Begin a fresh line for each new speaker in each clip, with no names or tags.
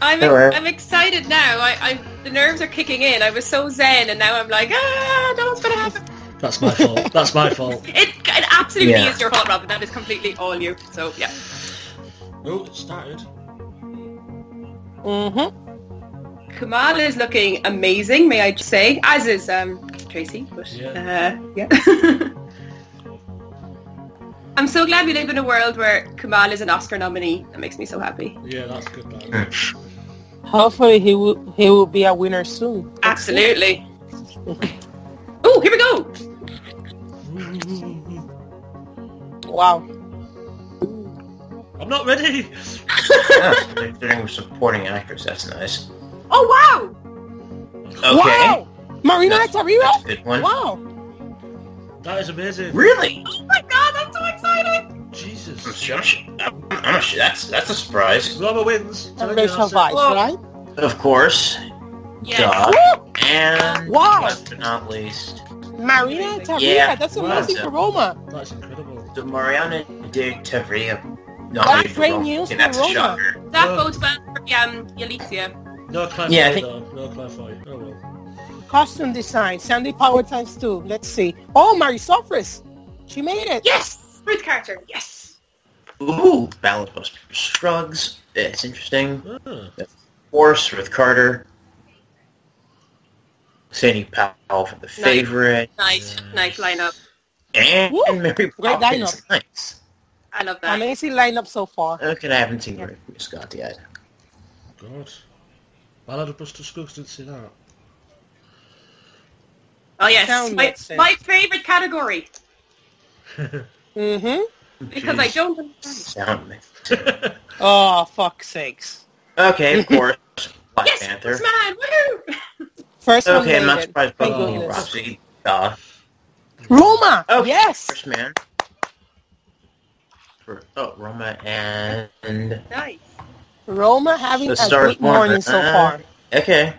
I'm,
Don't worry.
I'm excited now. I, I the nerves are kicking in. I was so zen, and now I'm like, ah, no, what's gonna happen?
That's my fault. That's my fault.
It, it absolutely
Yeah.
is your fault, Robin. That is completely all you. So yeah.
Oh, it started.
Mm-hmm. Kamal is looking amazing, may I just say, as is um, Tracy. But yeah, uh, yeah. I'm so glad we live in a world where Kamal is an Oscar nominee. That makes me so happy.
Yeah, that's good. That.
Hopefully he will he will be a winner soon.
Absolutely. oh, here we go.
Wow.
I'm not ready.
oh, they're doing supporting actors. That's nice.
Oh wow.
Okay.
Wow. Marina
That's,
Tyrera?
that's a good one.
Wow.
That is amazing.
Really?
Oh my god, I'm so excited.
Jesus.
I'm sure. I'm, I'm sure that's that's a surprise.
Rama wins.
And
Telling you
they
that's it.
survive,
Whoa.
right?
Of course.
Yeah.
Duh.
Woo!
And
Wow.
last but not least,
Marina Tyrera,
Yeah.
that's
Wow.
amazing for Roma.
That's incredible.
the Mariana de Tavria. Not
That's
even
great
going-
news
and That's
for
a
Roma.
shocker.
That
Whoa.
bodes well for um, Yalizia.
No Claire
Yeah, I
Foy,
think-
though. No Claire Foy. Oh, well.
Costume design, Sandy Power times two. Let's see. Oh, Mary Sopris. She made it.
Yes, Ruth Carter. Yes.
Ooh, Ballad Buster Shrugs. It's interesting.
Ah.
Force with Carter. Sandy Powell for the favorite.
Nice, nice lineup.
And
Woo.
Mary
Great
Poppins. Nice.
I love that.
Amazing lineup so far.
Okay, I haven't seen Mary Scott yet.
God. Ballad of Buster Scruggs didn't see that.
oh yes,
Sound
my,
makes sense.
my favorite category
Mm-hmm.
because I don't. understand.
Sound mix.
Oh, fuck sakes.
Okay, of course. Black
Yes,
Panther.
Panther. man, woohoo!
First one
Okay, I'm not
made it.
surprised by
Thank
Oh,
the
goodness.
Roxy. Uh,
Roma.
Okay.
Yes.
first man. For, oh, Roma and...
Nice.
Roma having
The
a
Star is
great
Born.
morning so
Uh,
far.
Okay.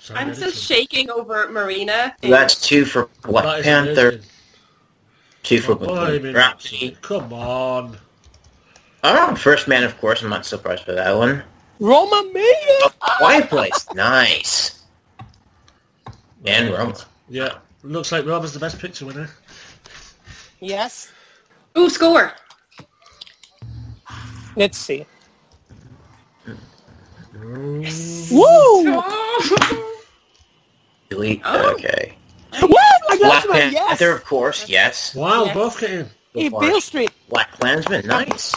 Sam
I'm still
Edison.
shaking over Marina.
So that's two for Black
That is
Panther,
amazing.
two for
Oh, I mean,
Roxy.
Come on.
Oh, first man, of course. I'm not surprised by that one.
Roma made
Oh.
Oh.
it.
Quiet Place. Nice. And Roma.
Yeah. Looks like Roma's the best picture winner.
Yes.
Ooh, score.
Let's see.
Yes.
Woo!
Oh.
Delete.
Oh.
Okay.
Woo! I got
Black
you. Yes.
Panther, of course. Yes.
Wow,
Yes.
both getting.
Hey, Beale Street.
Black Klansman. Nice.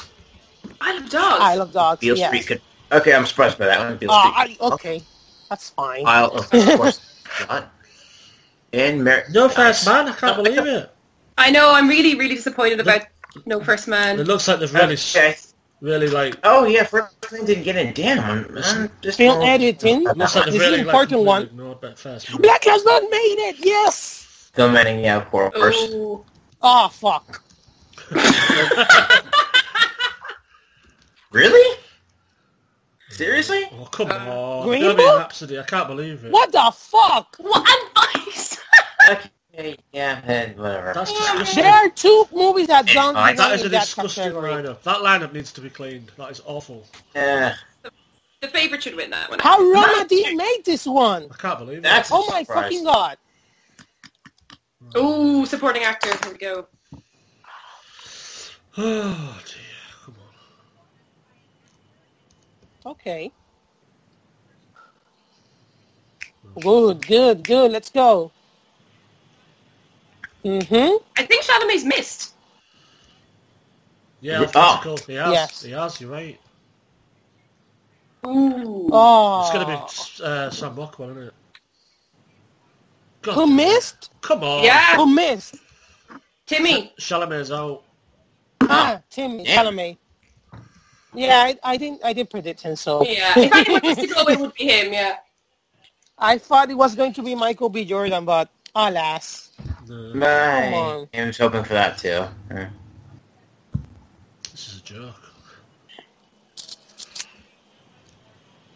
I love dogs.
I love dogs.
Beale
yes.
Street could. Okay, I'm surprised by that one. Beale
Ah,
Street.
I- okay. That's fine.
I'll, of course. not. And Mer-
No
Nice.
first man, I can't believe it.
I know. I'm really, really disappointed about No First Man.
It looks like they've really, s-
Okay.
really like.
Oh yeah, first man didn't get in. Damn. I'm,
Uh,
I'm just
Film editing.
Looks like
This
they've
is
really
an
like,
important one.
completely ignored that first man.
Black has not made it. Yes.
Film editing. Yeah, of course.
Oh,
Oh fuck.
Really? Seriously?
Oh come
Uh,
on!
Green
Bohemian
Book?
Rhapsody. I can't believe it.
What the fuck?
what advice!
Okay, yeah, eh, whatever.
That's disgusting.
There are two movies that don't
I-
belong
That is a
in that
disgusting
category.
lineup. That lineup needs to be cleaned. That is awful.
Eh,
the favorite should win that one.
How Roma did made this one?
I can't believe it.
that's a
Oh my
surprise.
fucking god.
Ooh, supporting actor. Here we go.
Oh dear. Come on.
Okay. Good, good, good. Let's go. Mm-hmm.
I think Chalamet's missed.
Yeah,
Oh.
oh. He has.
Yes.
He has. You're right.
Ooh.
Oh.
It's going to be uh, Sam Rockwell, isn't it? God,
Who missed?
Come on.
Yeah,
Who missed?
Timmy.
Chalamet's out.
Ah, Tim
Yeah.
Chalamet. Yeah, I, I didn't. I did predict him. So
Yeah, if anyone was to go, it would be him. Yeah.
I thought it was going to be Michael B. Jordan, but alas.
No,
Come
My,
on.
I was hoping for that too. Eh.
this is a joke.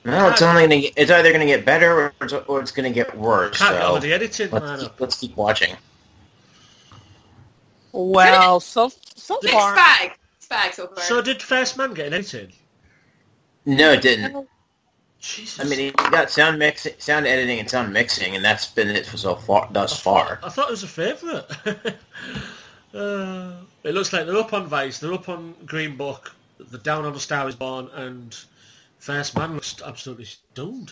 No, it's only gonna. Get, it's either gonna get better or it's, or it's gonna get worse.
Can't get over
So
the editing
let's
lineup.
keep, let's keep watching.
Well, so so
Mixed
far.
bag. Mixed bag so far.
So did First Man get an editing?
No, it didn't.
Jesus.
I mean, he got sound mixing, sound editing, and sound mixing, and that's been it for so far. Thus far,
I thought it was a favourite. uh, it looks like they're up on Vice, they're up on Green Book, they're down on A Star Is Born, and First Man looks absolutely stoned.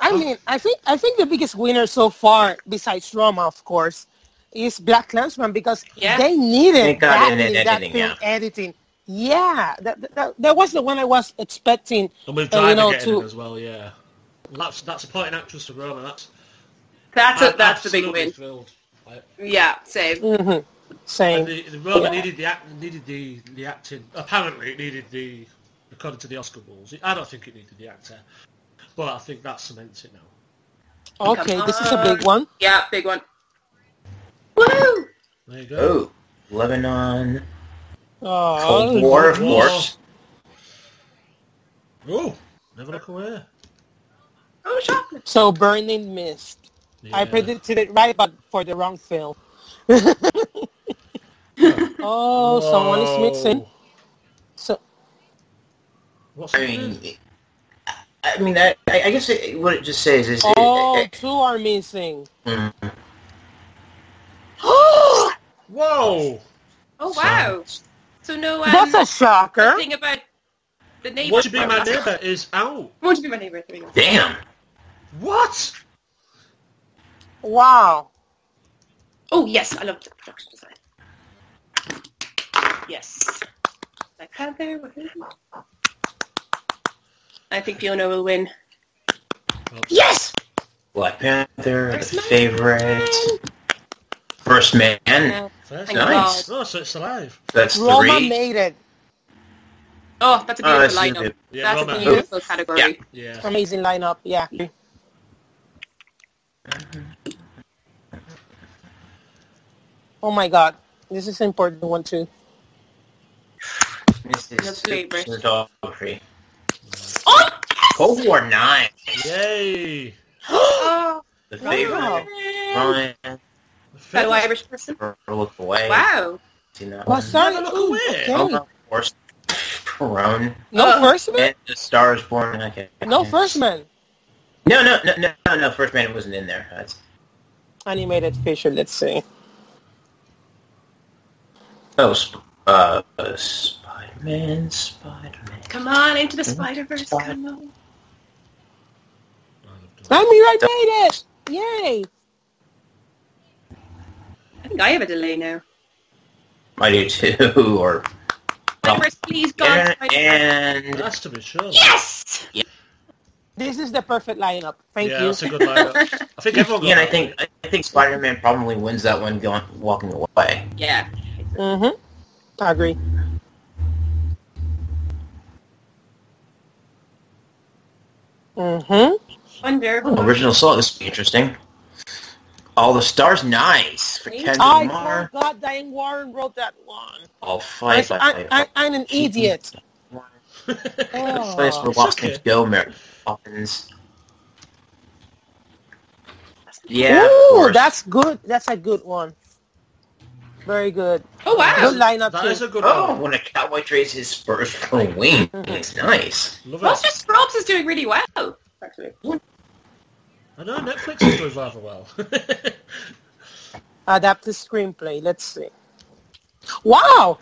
Oh.
I mean, I think I think the biggest winner so far, besides Roma, of course, is Black Klansman because
Yeah.
they needed
They got it in
badly
the
that
editing,
film
yeah.
editing. Yeah, that, that, that was the one I was expecting.
And with
Uh, you
Driver
know,
getting
to-
in as well, yeah. That's that's supporting actress for Roma. That's
That's
I'm
a, that's the big
absolutely
win.
Thrilled. Like,
Yeah, same.
hmm
and
Same.
the, the Roma
Yeah.
needed the act, needed the, the acting. Apparently, it needed the according to the Oscar rules. I don't think it needed the actor, but I think that cements it now.
Okay,
Come
this is a big
on.
one.
Yeah, big one. Woo!
There you go.
oh, Lebanon,
Oh,
Cold War, of
Cold War.
course.
Oh, never look away.
Oh, chocolate.
So Burning Mist. I
Yeah.
predicted it right, but for the wrong film. oh, someone is mixing.
Whoa.
So
What's
I mean, I mean, I, I guess it, what it just says is,
oh, two are missing.
Mm.
Whoa!
Oh wow! So no, um,
That's a shocker.
thing about the neighbor.
What should be my neighbour is out.
Won't you be my neighbor? There we go.
damn.
What?
Wow.
Oh yes, I love the production design. Yes. Black Panther. woohoo. I think Fiona will win.
Yes.
Black Panther,
First
the
Man.
favorite. First Man.
First
Thank
Nice.
Oh, so it's alive.
That's
Roma
three.
made it.
Oh, that's a
Oh,
beautiful
that's
lineup.
stupid.
Yeah,
that's a
Roma.
beautiful category.
Yeah.
Yeah.
Amazing lineup. Yeah. Oh my God. This is important one too. um,
This is
Your favorite.
cinematography.
Oh!
Cold War 9.
Yay!
Oh,
The
Wow.
favorite. Ryan,
fellow Irish person.
look away.
Wow.
You know,
What's that?
look
Ooh,
away.
okay.
Over Force, Perone,
No first man.
and the Stars Born. Okay.
No first man.
No, no, no, no, no, no. First Man wasn't in there. That's,
Animated feature. Let's see.
oh, sp- uh, uh, Spider-Man, Spider-Man.
Come on, into the
Mm-hmm.
Spider-Verse. Come on.
I mean, I made it. Yay.
I think I have a delay now.
I do too. Or
Spider-Verse,
Oh.
please, God.
and,
Spider-Verse.
and
That's to be sure.
Yes!
This is the perfect lineup. Thank
yeah,
you.
that's a good lineup. I think everyone got
and I
that
think
right.
I think Spider-Man probably wins that one going walking away.
Yeah.
Mm-hmm. I agree. Mm-hmm.
Wonderful.
Oh, original song. This will be interesting. All the stars, nice for Kendrick
I
Lamar.
thank God Diane Warren wrote that one.
I'll
I,
fight.
I, I, I'm an idiot.
The
Oh.
place where Washington
okay.
go, Mary Poppins. Yeah, of
Ooh,
course.
that's good. That's a good one. Very good.
Oh,
Good
wow.
lineup
That
too.
is a good
Oh,
one.
when a cowboy trades his spurs for wings,
Mm-hmm.
nice.
Love it.
Buster Scrubs is doing really well. Actually.
I know Netflix is doing rather well.
Adapted screenplay. Let's see. Wow.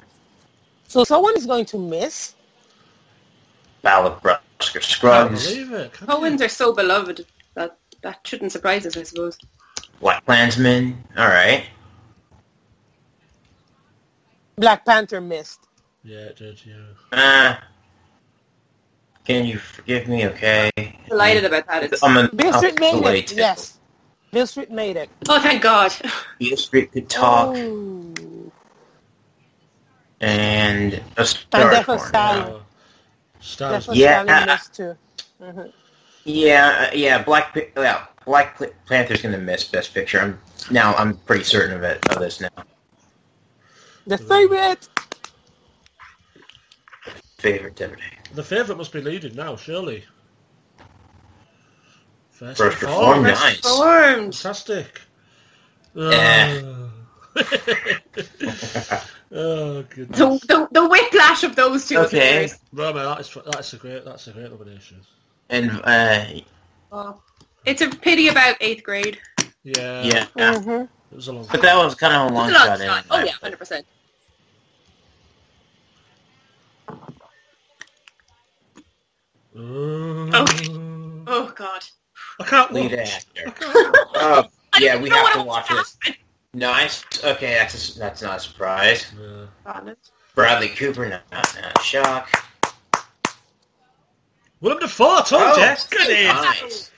So someone is going to miss.
Ballad of Buster
Can't
Scruggs,
believe it. can
Coens are so beloved that that shouldn't surprise us, I suppose.
Black Klansman. All right.
Black Panther missed.
you? Yeah, it did. Yeah.
Uh, can you forgive me? Okay.
Delighted about that. It's,
I'm a,
Bill
I'm
Street made
delayed
it.
too.
Yes. Bill Street made it.
oh, thank God.
Beale Street could talk
Oh. Ooh.
and a
And
star.
Defo
Born.
Stallion.
Uh, stars.
Defo
Yeah.
Stallion missed too. Mhm.
Yeah, uh, yeah. Black, P- yeah. Black Pl- Panther's gonna miss Best Picture. I'm now. I'm pretty certain of it. Of this now.
The favorite.
Favorite Tiffany.
The favourite must be leading now, surely. First,
First
performance.
perform, oh,
Formed.
nice.
Fantastic.
Yeah.
Uh.
The,
Oh goodness.
the, the whiplash of those two. was
Okay.
hilarious.
Roma, that's that's a great that's a great nomination.
And uh,
Oh, it's a pity about eighth grade.
Yeah.
yeah,
Uh,
Mhm.
It was a long.
but that was kind of a long shot.
Blood shot. Oh
anyway.
yeah, hundred percent.
Mm.
Oh god.
I can't
Lead
watch.
actor. oh yeah, we
I don't
have to
know
watch
what
this. Nice. Okay, that's a s that's not a surprise.
Yeah.
happened.
Bradley Cooper, not, not, not a shock.
Well, I'm the four, told
Oh,
you. Goodie.
Nice.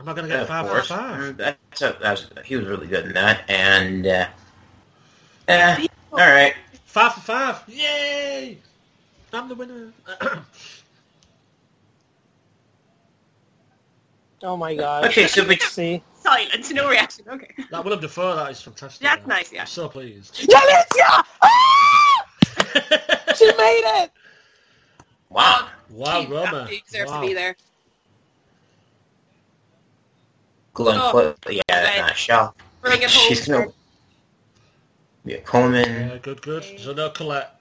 Am I going to
Yeah,
get
of
five out of
course.
five?
Mm, That's a, that was, he was really good in that. And uh, eh, all right,
Five for five. Yay! I'm the winner.
Oh my god.
okay. So bet-
See.
Silence, no reaction. Okay.
that Willem Dafoe, that is fantastic.
That's
that.
nice, yeah.
I'm so pleased.
Yalitza! Ah! She made it.
wow.
wow,
She
Roma.
absolutely deserves
wow.
to be there.
Glenn
Oh,
Close, yeah,
okay.
not a shock.
Bring it home.
She's gonna be a Coleman,
Yeah, good, good. So no Colette.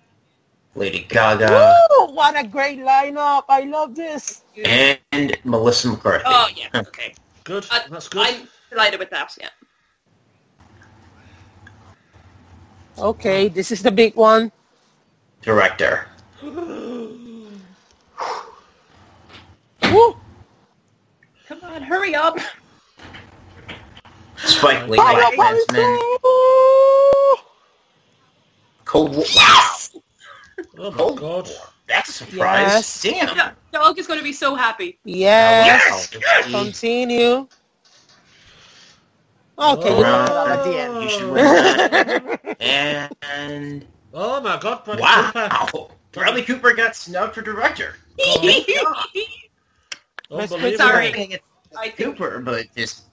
Lady Gaga,
Woo! What a great lineup. I love this.
and Melissa McCarthy.
Oh yeah, okay.
Good.
Uh, I-
That's good.
I'm delighted with that. Yeah.
Okay, this is the big one.
Director.
Woo!
Come on, hurry up.
Spike Lee,
Fire,
Black
fire,
Klansman,
fire!
Cold War. Wow,
oh my
Cold War.
god.
That's a surprise.
Yes.
Damn.
Yeah, Dog is going to be so happy.
Yes.
Wow.
Continue. Okay.
Oh.
you got it at the end.
You should And
Oh my god, Bradley Cooper.
wow, Bradley Cooper got snubbed for director.
Unbelievable.
Sorry. I think
Cooper, but just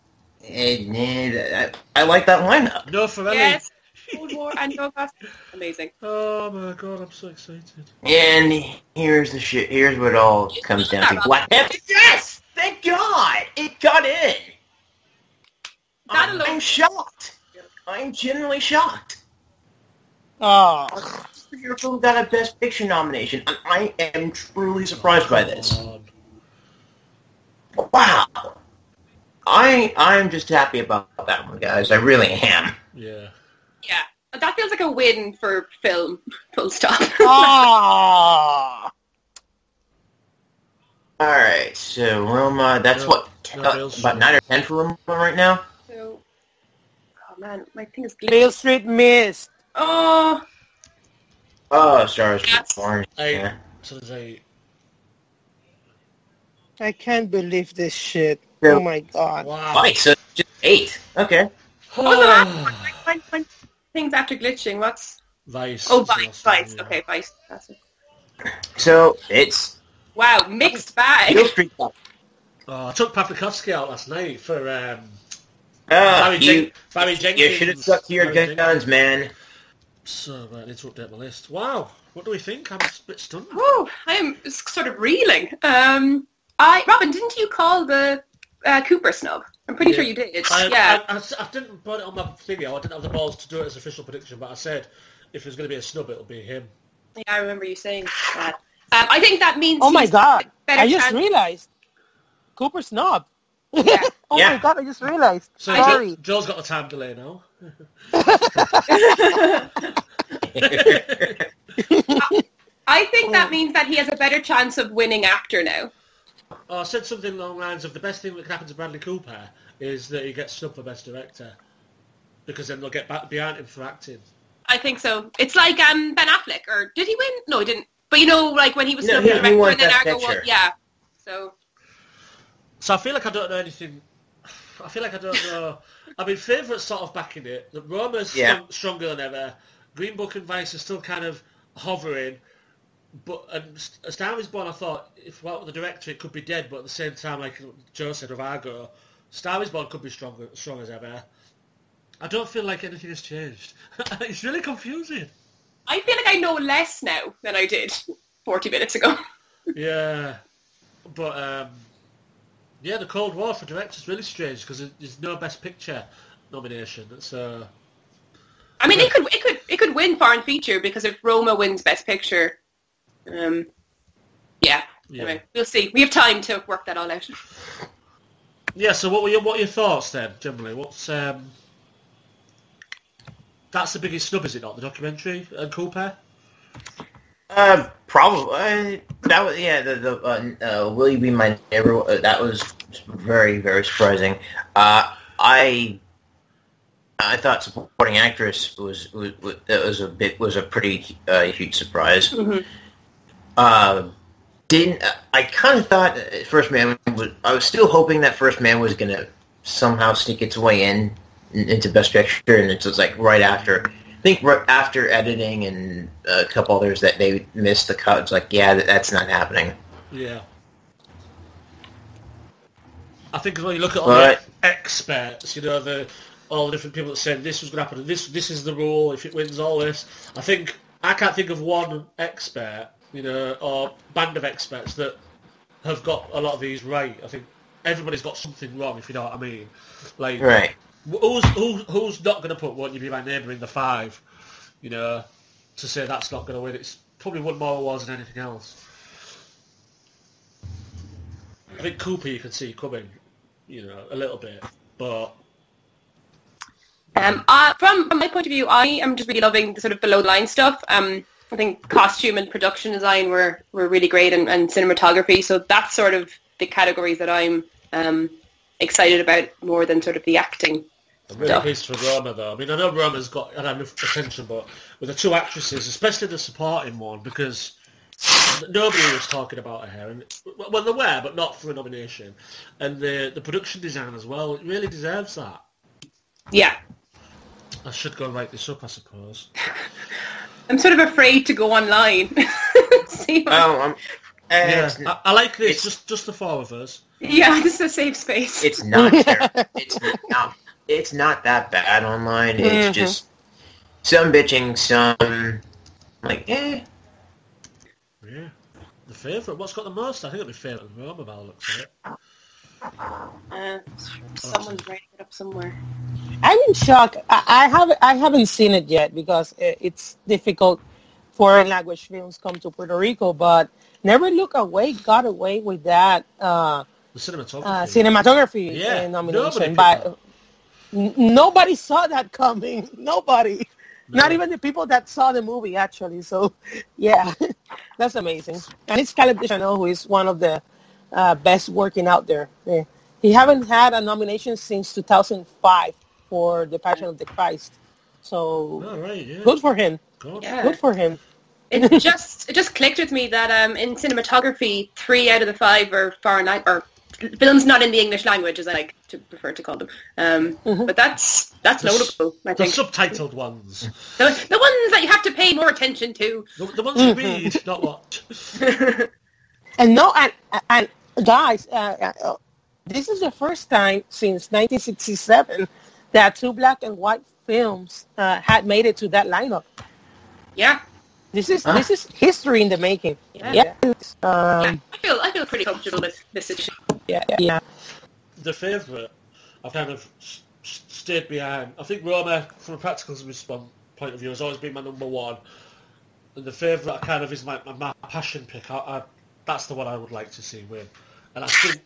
eh, nah, that- I, I like that lineup.
No Ferrelli.
yes. Cold War and Dog Fast. Amazing.
Oh my god, I'm so excited.
And here's the shit. Here's what it all comes down to. Black Panther. Yes, thank God it got in.
That
I'm-
alone-
I'm shocked. I'm genuinely shocked.
Oh,
Your film got a Best Picture nomination. and I am truly surprised by this.
Oh, God.
Wow. I I'm just happy about that one, guys. I really am.
Yeah.
Yeah. That feels like a win for film. Full stop.
oh.
All right, so Roma, that's
No,
what
no,
uh,
Bill's-
about nine or ten for Roma right now.
so, oh man, my thing is
Bill
glitching.
Street missed.
Oh,
Oh, stars
Yes.
born.
Eight.
Yeah.
So there's eight.
I can't believe this shit.
Yeah.
Oh my god.
Wow.
Right, so Oh, just eight. Okay.
oh no, that's- like, find, find things after glitching. What's
Vice.
oh
is the
vice,
last one,
vice.
yeah.
Okay, vice. That's it.
So it's
Wow, mixed bag.
Hill Street. Blues.
Oh, I took Paprikowski out last night for um,
Ah,
Barry,
you
Jen- Barry Jenkins.
you should have stuck to your
Barry Jenkins.
guns, man.
So uh, I need to update my list. Wow, what do we think? I'm a bit stunned.
Oh, I am s- sort of reeling. Um, I Robin, didn't you call the uh, Cooper snub? I'm pretty
Yeah.
sure you did.
I,
yeah.
I, I s- I didn't put it on my thingy. I didn't have the balls to do it as official prediction, but I said if there's going to be a snub, it'll be him.
yeah, I remember you saying that. Um, I think that means.
Oh my
he's
god.
better
I just
chance-
realized. Cooper snob. oh
Yeah.
my god, I just realized.
So
Sorry.
Joe, has got a time delay now.
I think
Oh.
that means that he has a better chance of winning actor now.
Oh, I said something along the lines of the best thing that can happen to Bradley Cooper is that he gets snubbed for best director because then they'll get back behind him for acting.
I think so. It's like um, Ben Affleck, or did he win? No, he didn't. But you know, like when he was
No,
snubbed for
he- he
director
won
and then
Best
Argo won.
Picture.
Yeah. So
So I feel like I don't know anything. I feel like I don't know. I mean, favourites sort of backing it. The Roma's
Yeah.
strong, stronger than ever. Green Book and Vice are still kind of hovering. But and S- as time is born, I thought if well the director it could be dead. But at the same time, like Joe said of Argo, Star is Born could be stronger, strong as ever. I don't feel like anything has changed. it's really confusing.
I feel like I know less now than I did 40 minutes ago.
Yeah, but um, yeah, the Cold War uh, for directors really strange because there's no Best Picture nomination. So
I mean, it could it could it could win foreign feature because if Roma wins Best Picture, um, yeah.
Yeah.
Anyway, we'll see. We have time to work that all out.
Yeah. So what were your what are your thoughts then? Generally, what's um, that's the biggest snub, is it not? The documentary and Cooper.
Uh, probably uh, that was yeah. The, the uh, uh, will you be my neighbor? uh, That was very very surprising. Uh, I I thought supporting actress was, was, was that was a bit was a pretty uh, huge surprise.
Mhm.
Uh, didn't I kind of thought that First Man was I was still hoping that First Man was gonna somehow sneak its way in into Best Picture, and it's just like right after. I think right after editing and a couple others that they missed the cut. It's like, yeah, that- that's not happening.
Yeah. I think when you look at all
Right.
the experts, you know, the all the different people that said this was going to happen, and this this is the rule. If it wins all this, I think I can't think of one expert, you know, or band of experts that have got a lot of these right. I think everybody's got something wrong, if you know what I mean. Like,
Right.
wh- who's who, who's not going to put "Won't You Be My Neighbour" in the five? You know, to say that's not going to win. It's probably won more awards than anything else. I think Cooper you can see coming, you know, a little bit, but
Um, uh, from, from my point of view, I am just really loving the sort of below the line stuff. Um, I think costume and production design were, were really great and, and cinematography. So that's sort of the categories that I'm um, excited about more than sort of the acting.
I'm really
Yeah.
pleased for Roma though. I mean, I know Roma's got had enough attention, but with the two actresses, especially the supporting one, because nobody was talking about her, and well, they were, but not for a nomination, and the the production design as well. It really deserves that.
Yeah.
I should go and write this up, I suppose.
I'm sort of afraid to go online. See what-
Oh, I'm,
Yeah,
it's,
I, I like this.
it's-
Just just the four of us.
yeah, this is a safe space.
it's not terrible. It's not. It's not that bad online. It's
Mhm.
just some bitching, some like eh.
Yeah. The favourite. What's got the most? I think it'll be favourite in Roma by the looks of it.
Uh, someone's writing it up somewhere.
I'm in shock. I, I haven't I haven't seen it yet because i- it's difficult foreign language films come to Puerto Rico. But Never Look Away got away with that uh,
The cinematography.
uh, cinematography uh,
Yeah, nobody
nomination,
did
but n- nobody saw that coming. Nobody, not
No.
even the people that saw the movie actually. So, yeah, that's amazing. And it's Caleb Deschanel who is one of the uh, best working out there. Yeah. He haven't had a nomination since 2005 for The Passion of the Christ. So
Oh, right, yeah.
good for him.
God.
Yeah.
Good for him.
it just it just clicked with me that um, in cinematography, three out of the five are foreign lang- or films not in the English language, as I like to prefer to call them. Um,
Mhm.
But that's that's
Mm-hmm. The s-
notable, I
The
think.
subtitled ones.
The, the ones that you have to pay more attention to.
The, the ones you read, not watch.
And no, and, and guys, uh, uh, this is the first time since 1967 that two black and white films uh, had made it to that lineup.
Yeah,
This is
Huh?
this is history in the making.
Yeah.
Yes. Um,
I feel I feel pretty comfortable with this edition.
yeah, yeah, yeah.
The favourite, I've kind of s- s- stayed behind. I think Roma, from a practical response point of view, has always been my number one. And the favourite, I kind of, is my, my, my passion pick. I, I, that's the one I would like to see win. And I think,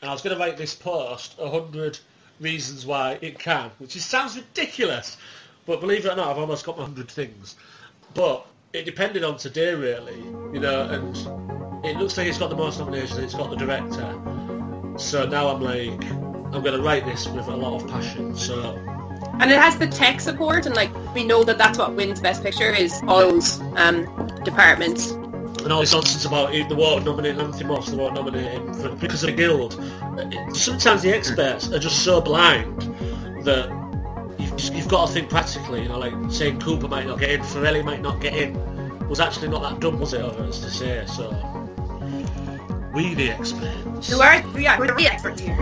and I was going to write this post, 100 reasons why it can, which is, sounds ridiculous. But believe it or not, I've almost got my 100 things. But it depended on today, really. You know, and it looks like it's got the most nominations, it's got the director. So now I'm like, I'm going to write this with a lot of passion. So
And it has the tech support, and like we know that that's what wins Best Picture is oils um, departments.
and all this nonsense about it- the water nominating Anthony Moss, the water nominating for, because of the guild. It- Sometimes the experts are just so blind that you've, just, you've got to think practically. You know, like saying Cooper might not get in, Ferrelli might not get in, was actually not that dumb, was it, of us to say? So we the experts.
Who are yeah, we're the experts here.